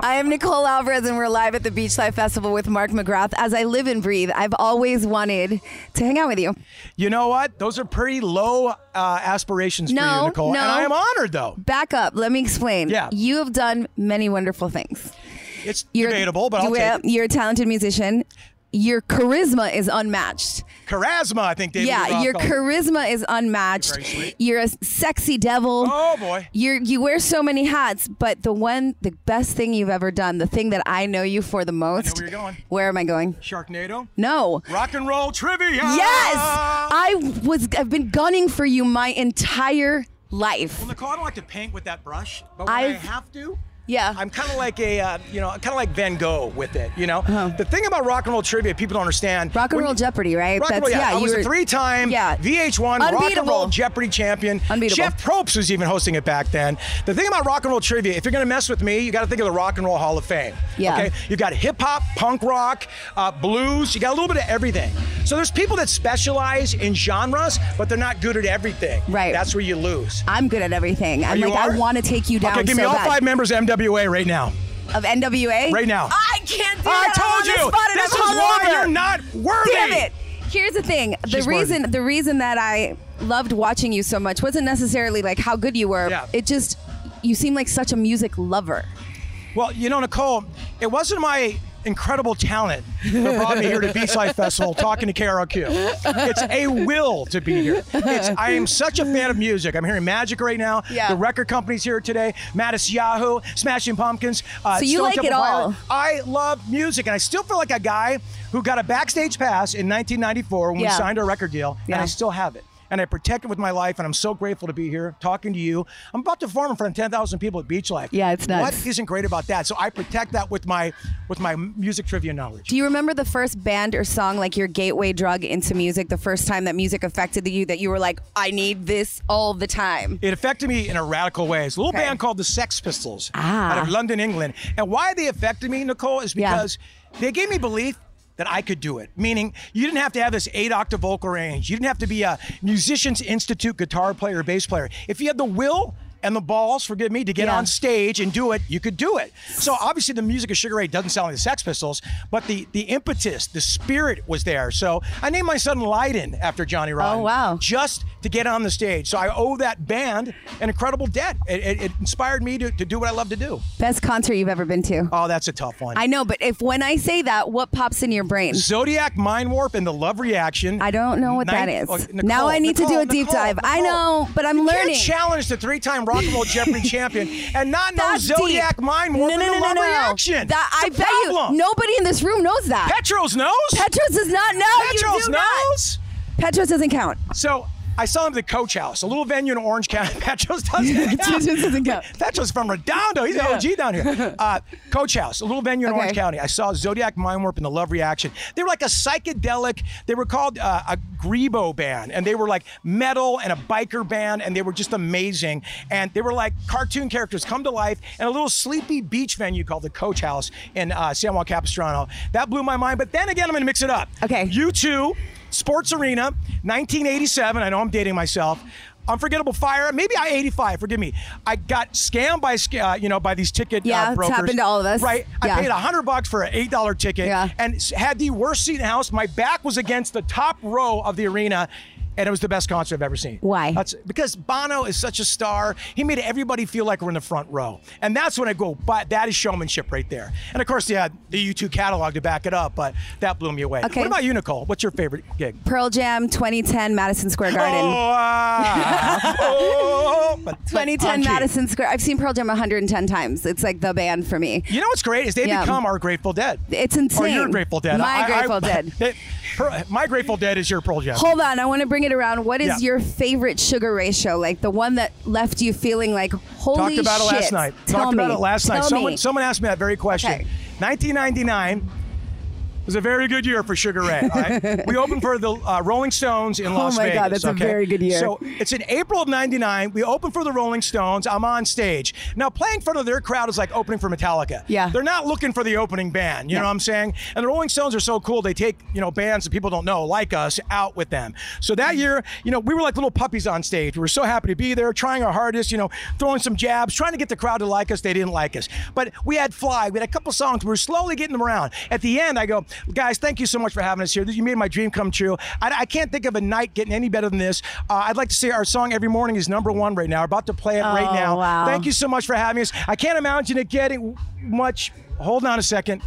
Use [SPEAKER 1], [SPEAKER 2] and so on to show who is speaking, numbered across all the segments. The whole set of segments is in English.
[SPEAKER 1] I am Nicole Alvarez, and we're live at the Beach Life Festival with Mark McGrath. As I live and breathe, I've always wanted to hang out with you.
[SPEAKER 2] You know what? Those are pretty low uh, aspirations for
[SPEAKER 1] No,
[SPEAKER 2] you, Nicole.
[SPEAKER 1] no.
[SPEAKER 2] And I am honored, though.
[SPEAKER 1] Back up. Let me explain.
[SPEAKER 2] Yeah.
[SPEAKER 1] You have done many wonderful things.
[SPEAKER 2] It's debatable, but I'll
[SPEAKER 1] you're,
[SPEAKER 2] take it.
[SPEAKER 1] you're a talented musician. Your charisma is unmatched.
[SPEAKER 2] Charisma, I think, David.
[SPEAKER 1] yeah,
[SPEAKER 2] Rudolph
[SPEAKER 1] your
[SPEAKER 2] called it.
[SPEAKER 1] charisma is unmatched.
[SPEAKER 2] Very sweet.
[SPEAKER 1] You're a sexy devil.
[SPEAKER 2] Oh, boy.
[SPEAKER 1] You're, you wear so many hats, but the one, the best thing you've ever done, the thing that I know you for the most.
[SPEAKER 2] where you're going.
[SPEAKER 1] Where am I going?
[SPEAKER 2] Sharknado.
[SPEAKER 1] No.
[SPEAKER 2] Rock and roll trivia.
[SPEAKER 1] Yes, I was. I've been gunning for you my entire life.
[SPEAKER 2] Well, Nicole, I don't like to paint with that brush, but when i
[SPEAKER 1] I've-
[SPEAKER 2] have to,
[SPEAKER 1] Yeah.
[SPEAKER 2] I'm kind of like a, uh, you know, kind of like Van Gogh with it. You know, the thing about rock and roll trivia, people don't understand.
[SPEAKER 1] Uh-huh. Rock and
[SPEAKER 2] when
[SPEAKER 1] Roll
[SPEAKER 2] you-
[SPEAKER 1] Jeopardy, right?
[SPEAKER 2] Rock and roll, yeah. I was
[SPEAKER 1] were-
[SPEAKER 2] a three-time
[SPEAKER 1] Yeah.
[SPEAKER 2] VH1 Rock and Roll
[SPEAKER 1] Unbeatable.
[SPEAKER 2] Jeopardy champion.
[SPEAKER 1] Unbeatable.
[SPEAKER 2] Jeff Probst was even hosting it back then. The thing about Rock and Roll Trivia, if you're going to mess with me, you got to think of the Rock and Roll Hall of Fame.
[SPEAKER 1] Yeah.
[SPEAKER 2] Okay. You've got hip hop, punk rock, uh, blues. You got a little bit of everything. So there's people that specialize in genres, but they're not good at everything.
[SPEAKER 1] Right.
[SPEAKER 2] That's where you lose.
[SPEAKER 1] I'm good at everything. I'm
[SPEAKER 2] you
[SPEAKER 1] like, I
[SPEAKER 2] are?
[SPEAKER 1] want to take you down.
[SPEAKER 2] Okay, give me
[SPEAKER 1] so
[SPEAKER 2] all
[SPEAKER 1] bad.
[SPEAKER 2] five members of MWA right now.
[SPEAKER 1] of NWA
[SPEAKER 2] Right now.
[SPEAKER 1] I can't do
[SPEAKER 2] I
[SPEAKER 1] that.
[SPEAKER 2] told
[SPEAKER 1] I'm on
[SPEAKER 2] you,
[SPEAKER 1] The spot and
[SPEAKER 2] this
[SPEAKER 1] I'm
[SPEAKER 2] is
[SPEAKER 1] all
[SPEAKER 2] why
[SPEAKER 1] over.
[SPEAKER 2] you're not worthy.
[SPEAKER 1] Damn it! Here's the thing. The
[SPEAKER 2] She's
[SPEAKER 1] reason
[SPEAKER 2] worthy.
[SPEAKER 1] the reason that I loved watching you so much wasn't necessarily like how good you were.
[SPEAKER 2] Yeah.
[SPEAKER 1] It just you seem like such a music lover.
[SPEAKER 2] Well, you know, Nicole, it wasn't my incredible talent that brought me here to Beach Life Festival talking to KROQ. It's a will to be here. It's, I am such a fan of music. I'm hearing Magic right now.
[SPEAKER 1] Yeah.
[SPEAKER 2] The record company's here today. Mattis Yahoo, Smashing Pumpkins. Uh,
[SPEAKER 1] So you
[SPEAKER 2] Stone
[SPEAKER 1] like
[SPEAKER 2] Temple
[SPEAKER 1] it all.
[SPEAKER 2] Pilots. I love music, and I still feel like a guy who got a backstage pass in 1994 when
[SPEAKER 1] Yeah.
[SPEAKER 2] we signed our record deal, and
[SPEAKER 1] Yeah.
[SPEAKER 2] I still have it. And I protect it with my life, and I'm so grateful to be here talking to you. I'm about to perform in front of 10,000 people at Beach Life.
[SPEAKER 1] Yeah, it's nuts.
[SPEAKER 2] What isn't great about that. So I protect that with my with my music trivia knowledge.
[SPEAKER 1] Do you remember the first band or song like your gateway drug into music? The first time that music affected you, that you were like, I need this all the time.
[SPEAKER 2] It affected me in a radical way. It's a little
[SPEAKER 1] Okay.
[SPEAKER 2] band called the Sex Pistols
[SPEAKER 1] Ah.
[SPEAKER 2] out of London, England. And why they affected me, Nicole, is
[SPEAKER 1] Yeah.
[SPEAKER 2] because they gave me belief that I could do it. Meaning, you didn't have to have this eight octave vocal range. You didn't have to be a musician's institute guitar player, or bass player. If you had the will and the balls, forgive me, to get
[SPEAKER 1] Yeah.
[SPEAKER 2] on stage and do it, you could do it. So obviously, the music of Sugar Ray doesn't sound like the Sex Pistols, but the the impetus, the spirit was there. So I named my son Lydon after Johnny Rotten.
[SPEAKER 1] Oh, wow.
[SPEAKER 2] Just to get on the stage. So I owe that band an incredible debt. It, it, it inspired me to, to do what I love to do.
[SPEAKER 1] Best concert you've ever been to?
[SPEAKER 2] Oh, that's a tough one.
[SPEAKER 1] I know, but if when I say that, what pops in your brain?
[SPEAKER 2] Zodiac Mind Warp and the Love Reaction.
[SPEAKER 1] I don't know what that is.
[SPEAKER 2] Ninth- oh, Nicole,
[SPEAKER 1] now I need
[SPEAKER 2] Nicole,
[SPEAKER 1] to do a deep
[SPEAKER 2] Nicole,
[SPEAKER 1] dive. I
[SPEAKER 2] Nicole.
[SPEAKER 1] know, but I'm
[SPEAKER 2] You
[SPEAKER 1] learning.
[SPEAKER 2] Can't challenge the three-time Rock and Roll Jeopardy champion and not know
[SPEAKER 1] That's
[SPEAKER 2] Zodiac
[SPEAKER 1] deep.
[SPEAKER 2] Mind Warp
[SPEAKER 1] no, no,
[SPEAKER 2] and
[SPEAKER 1] no,
[SPEAKER 2] the
[SPEAKER 1] no,
[SPEAKER 2] Love
[SPEAKER 1] no.
[SPEAKER 2] Reaction.
[SPEAKER 1] That, I
[SPEAKER 2] It's a
[SPEAKER 1] bet
[SPEAKER 2] problem.
[SPEAKER 1] you nobody in this room knows that.
[SPEAKER 2] Petros knows.
[SPEAKER 1] Petros does not know. You
[SPEAKER 2] Petros
[SPEAKER 1] do not.
[SPEAKER 2] knows.
[SPEAKER 1] Petros doesn't count.
[SPEAKER 2] So I saw him at the Coach House, a little venue in Orange County. Petros doesn't.
[SPEAKER 1] Petros doesn't count.
[SPEAKER 2] Petros from Redondo. He's an OG down here. Uh, Coach House, a little venue in
[SPEAKER 1] Okay.
[SPEAKER 2] Orange County. I saw Zodiac Mind Warp and the Love Reaction. They were like a psychedelic. They were called uh, a Grebo band, and they were like metal and a biker band, and they were just amazing. And they were like cartoon characters come to life in a little sleepy beach venue called the Coach House in uh, San Juan Capistrano. That blew my mind. But then again, I'm going to mix it up.
[SPEAKER 1] Okay.
[SPEAKER 2] You two, Sports Arena, 1987. I know I'm dating myself. Unforgettable Fire, maybe I 85. Forgive me. I got scammed by sc- uh, you know by these ticket uh,
[SPEAKER 1] Yeah, it's
[SPEAKER 2] brokers.
[SPEAKER 1] happened to all of us.
[SPEAKER 2] Right.
[SPEAKER 1] Yeah.
[SPEAKER 2] I paid hundred bucks for an eight dollar ticket
[SPEAKER 1] Yeah.
[SPEAKER 2] and s- had the worst seat in the house. My back was against the top row of the arena. and it was the best concert I've ever seen.
[SPEAKER 1] Why?
[SPEAKER 2] That's because Bono is such a star. He made everybody feel like we're in the front row, and that's when I go, but that is showmanship right there. And of course, they had the U2 catalog to back it up, but that blew me away.
[SPEAKER 1] Okay.
[SPEAKER 2] What about you, Nicole? What's your favorite gig?
[SPEAKER 1] Pearl Jam 2010 Madison Square Garden.
[SPEAKER 2] Oh, ah. Oh, but- but
[SPEAKER 1] 2010
[SPEAKER 2] on key.
[SPEAKER 1] Madison Square. I've seen Pearl Jam 110 times. It's like the band for me.
[SPEAKER 2] You know what's great is they
[SPEAKER 1] Yeah.
[SPEAKER 2] become our Grateful Dead.
[SPEAKER 1] It's insane.
[SPEAKER 2] Or your Oh, Grateful Dead.
[SPEAKER 1] My
[SPEAKER 2] I- I-
[SPEAKER 1] Grateful Dead.
[SPEAKER 2] they- her- my Grateful Dead is your Pearl Jam.
[SPEAKER 1] Hold on, I want to bring it around. What is
[SPEAKER 2] Yeah.
[SPEAKER 1] your favorite sugar ratio? Like the one that left you feeling like holy
[SPEAKER 2] Talked about
[SPEAKER 1] shit.
[SPEAKER 2] it last night.
[SPEAKER 1] Tell
[SPEAKER 2] Talked
[SPEAKER 1] me.
[SPEAKER 2] about it last night.
[SPEAKER 1] Tell
[SPEAKER 2] Someone
[SPEAKER 1] me.
[SPEAKER 2] someone asked me that very question.
[SPEAKER 1] Okay.
[SPEAKER 2] 1999 was a very good year for Sugar Ray. all right? we opened for the uh, Rolling Stones in Las
[SPEAKER 1] Oh my
[SPEAKER 2] Vegas.
[SPEAKER 1] God, that's a
[SPEAKER 2] okay?
[SPEAKER 1] very good year.
[SPEAKER 2] So it's in April of '99. We opened for the Rolling Stones. I'm on stage now. Playing in front of their crowd is like opening for Metallica.
[SPEAKER 1] Yeah.
[SPEAKER 2] they're not looking for the opening band. You know
[SPEAKER 1] No.
[SPEAKER 2] what I'm saying? And the Rolling Stones are so cool. They take you know bands that people don't know like us out with them. So
[SPEAKER 1] Mm-hmm.
[SPEAKER 2] that year, you know, we were like little puppies on stage. We were so happy to be there, trying our hardest. You know, throwing some jabs, trying to get the crowd to like us. They didn't like us, but we had fly. We had a couple songs. We were slowly getting them around. At the end, I go, guys, thank you so much for having us here. You made my dream come true. I, I can't think of a night getting any better than this. Uh, I'd like to say our song "Every Morning" is number one right now. We're about to play it right
[SPEAKER 1] Oh,
[SPEAKER 2] now.
[SPEAKER 1] wow.
[SPEAKER 2] Thank you so much for having us. I can't imagine it getting much. Hold on a second.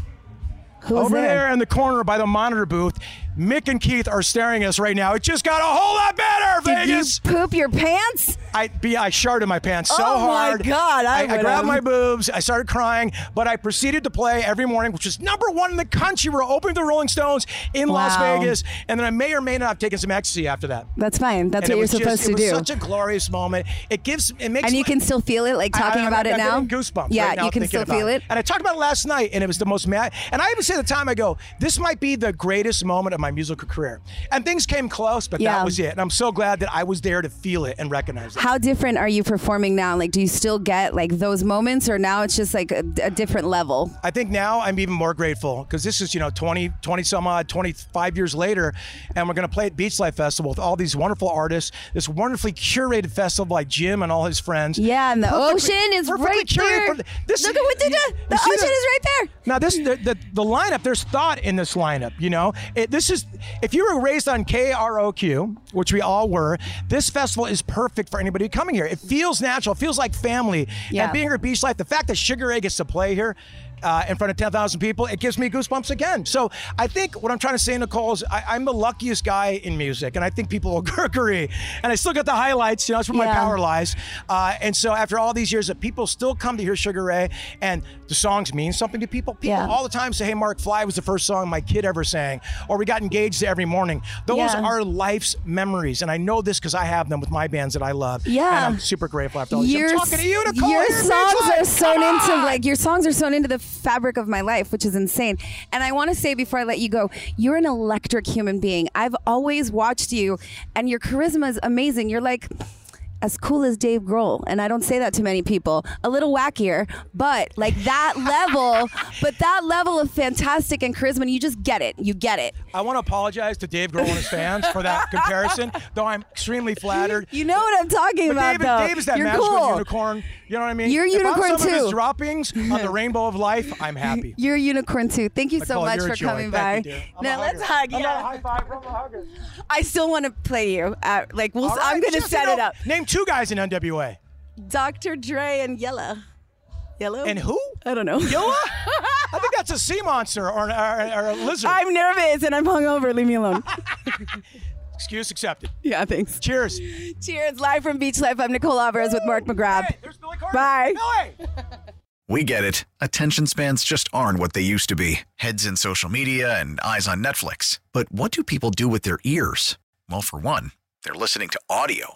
[SPEAKER 1] Who's
[SPEAKER 2] Over
[SPEAKER 1] there?
[SPEAKER 2] there in the corner by the monitor booth, Mick and Keith are staring at us right now. It just got a whole lot better,
[SPEAKER 1] Did
[SPEAKER 2] Vegas.
[SPEAKER 1] you poop your pants?
[SPEAKER 2] I be I sharted my pants so
[SPEAKER 1] Oh my
[SPEAKER 2] hard.
[SPEAKER 1] God, I
[SPEAKER 2] I
[SPEAKER 1] would've.
[SPEAKER 2] grabbed my boobs. I started crying, but I proceeded to play every morning, which was number one in the country. We're opening the Rolling Stones in Las
[SPEAKER 1] Wow.
[SPEAKER 2] Vegas, and then I may or may not have taken some ecstasy after that.
[SPEAKER 1] That's fine. That's
[SPEAKER 2] and it
[SPEAKER 1] what you're
[SPEAKER 2] was just-
[SPEAKER 1] supposed to
[SPEAKER 2] It
[SPEAKER 1] do.
[SPEAKER 2] was such a glorious moment. It gives it makes
[SPEAKER 1] and you
[SPEAKER 2] my-
[SPEAKER 1] can still feel it, like talking
[SPEAKER 2] I- I-
[SPEAKER 1] about
[SPEAKER 2] I'm
[SPEAKER 1] it now.
[SPEAKER 2] getting Goosebumps.
[SPEAKER 1] Yeah,
[SPEAKER 2] right now
[SPEAKER 1] you can
[SPEAKER 2] thinking
[SPEAKER 1] still
[SPEAKER 2] about
[SPEAKER 1] feel it.
[SPEAKER 2] And I talked about it last night, and it was the most mad. And I even said at the time, I go, "This might be the greatest moment of my musical career." And things came close, but
[SPEAKER 1] Yeah.
[SPEAKER 2] that was it. And I'm so glad that I was there to feel it and recognize it.
[SPEAKER 1] How different are you performing now? Like, do you still get like those moments, or now it's just like a, a different level?
[SPEAKER 2] I think now I'm even more grateful because this is, you know, 20, 20 some odd, 25 years later, and we're going to play at Beach Life Festival with all these wonderful artists, this wonderfully curated festival by Jim and all his friends.
[SPEAKER 1] Yeah, and the
[SPEAKER 2] Perfectly-
[SPEAKER 1] ocean is
[SPEAKER 2] perfectly
[SPEAKER 1] right
[SPEAKER 2] curated
[SPEAKER 1] there.
[SPEAKER 2] for the- this-
[SPEAKER 1] Look at what they
[SPEAKER 2] you-
[SPEAKER 1] did.
[SPEAKER 2] you
[SPEAKER 1] The
[SPEAKER 2] see
[SPEAKER 1] ocean is
[SPEAKER 2] the-
[SPEAKER 1] right there.
[SPEAKER 2] Now this the, the the lineup. There's thought in this lineup. You know, it, this is if you were raised on KROQ, which we all were. This festival is perfect for anybody coming here. It feels natural. It feels like family.
[SPEAKER 1] Yeah.
[SPEAKER 2] And being here at Beach Life, the fact that Sugar Ray gets to play here. Uh, in front of 10,000 people, it gives me goosebumps again. So I think what I'm trying to say, Nicole, is I, I'm the luckiest guy in music, and I think people will agree. And I still got the highlights, you know, that's where my
[SPEAKER 1] Yeah.
[SPEAKER 2] power lies. Uh, and so after all these years, that people still come to hear Sugar Ray, and the songs mean something to people. People
[SPEAKER 1] Yeah.
[SPEAKER 2] all the time say, "Hey, Mark Fly was the first song my kid ever sang," or "We got engaged to every morning." Those
[SPEAKER 1] Yeah.
[SPEAKER 2] are life's memories, and I know this because I have them with my bands that I love.
[SPEAKER 1] Yeah.
[SPEAKER 2] and I'm super grateful after all this.
[SPEAKER 1] your,
[SPEAKER 2] I'm talking to you, Nicole.
[SPEAKER 1] your
[SPEAKER 2] here, bitch,
[SPEAKER 1] songs
[SPEAKER 2] like,
[SPEAKER 1] are sewn
[SPEAKER 2] come
[SPEAKER 1] into
[SPEAKER 2] on!
[SPEAKER 1] like your songs are sewn into the fabric of my life, which is insane. And I want to say before I let you go, you're an electric human being. I've always watched you, and your charisma is amazing. You're like. As cool as Dave Grohl, and I don't say that to many people. A little wackier, but like that level, but that level of fantastic and charisma, you just get it. You get it.
[SPEAKER 2] I want to apologize to Dave Grohl and his fans for that comparison, though I'm extremely flattered.
[SPEAKER 1] You know what I'm talking
[SPEAKER 2] But
[SPEAKER 1] about,
[SPEAKER 2] David,
[SPEAKER 1] though.
[SPEAKER 2] David's that
[SPEAKER 1] You're
[SPEAKER 2] magical
[SPEAKER 1] cool.
[SPEAKER 2] unicorn. You know what I mean?
[SPEAKER 1] You're a unicorn,
[SPEAKER 2] if I'm some of
[SPEAKER 1] too.
[SPEAKER 2] his droppings on the rainbow of life, I'm happy.
[SPEAKER 1] You're a unicorn too. Thank you so
[SPEAKER 2] Nicole,
[SPEAKER 1] much
[SPEAKER 2] you're a
[SPEAKER 1] for
[SPEAKER 2] joy.
[SPEAKER 1] coming
[SPEAKER 2] Thank
[SPEAKER 1] by.
[SPEAKER 2] you, dear. I'm
[SPEAKER 1] now
[SPEAKER 2] a
[SPEAKER 1] let's
[SPEAKER 2] hugger.
[SPEAKER 1] hug.
[SPEAKER 2] I'm a
[SPEAKER 1] Yeah,
[SPEAKER 2] high five. I'm a hugger.
[SPEAKER 1] I still want to play you. At, like, we'll,
[SPEAKER 2] All right,
[SPEAKER 1] I'm gonna
[SPEAKER 2] just,
[SPEAKER 1] set
[SPEAKER 2] you
[SPEAKER 1] it
[SPEAKER 2] know,
[SPEAKER 1] up.
[SPEAKER 2] Name two guys in NWA.
[SPEAKER 1] Dr. Dre and Yella. Yellow.
[SPEAKER 2] And who?
[SPEAKER 1] I don't know.
[SPEAKER 2] Yola? I think that's a sea monster or, an, or, or a lizard.
[SPEAKER 1] I'm nervous and I'm hungover. Leave me alone.
[SPEAKER 2] Excuse accepted.
[SPEAKER 1] yeah, thanks.
[SPEAKER 2] Cheers.
[SPEAKER 1] Cheers, live from Beach Life. I'm Nicole Alvarez with Mark McGrath.
[SPEAKER 2] Hey, there's Billy Corgan.
[SPEAKER 1] Bye.
[SPEAKER 2] Billy!
[SPEAKER 3] We get it. Attention spans just aren't what they used to be heads in social media and eyes on Netflix. But what do people do with their ears? Well, for one, they're listening to audio.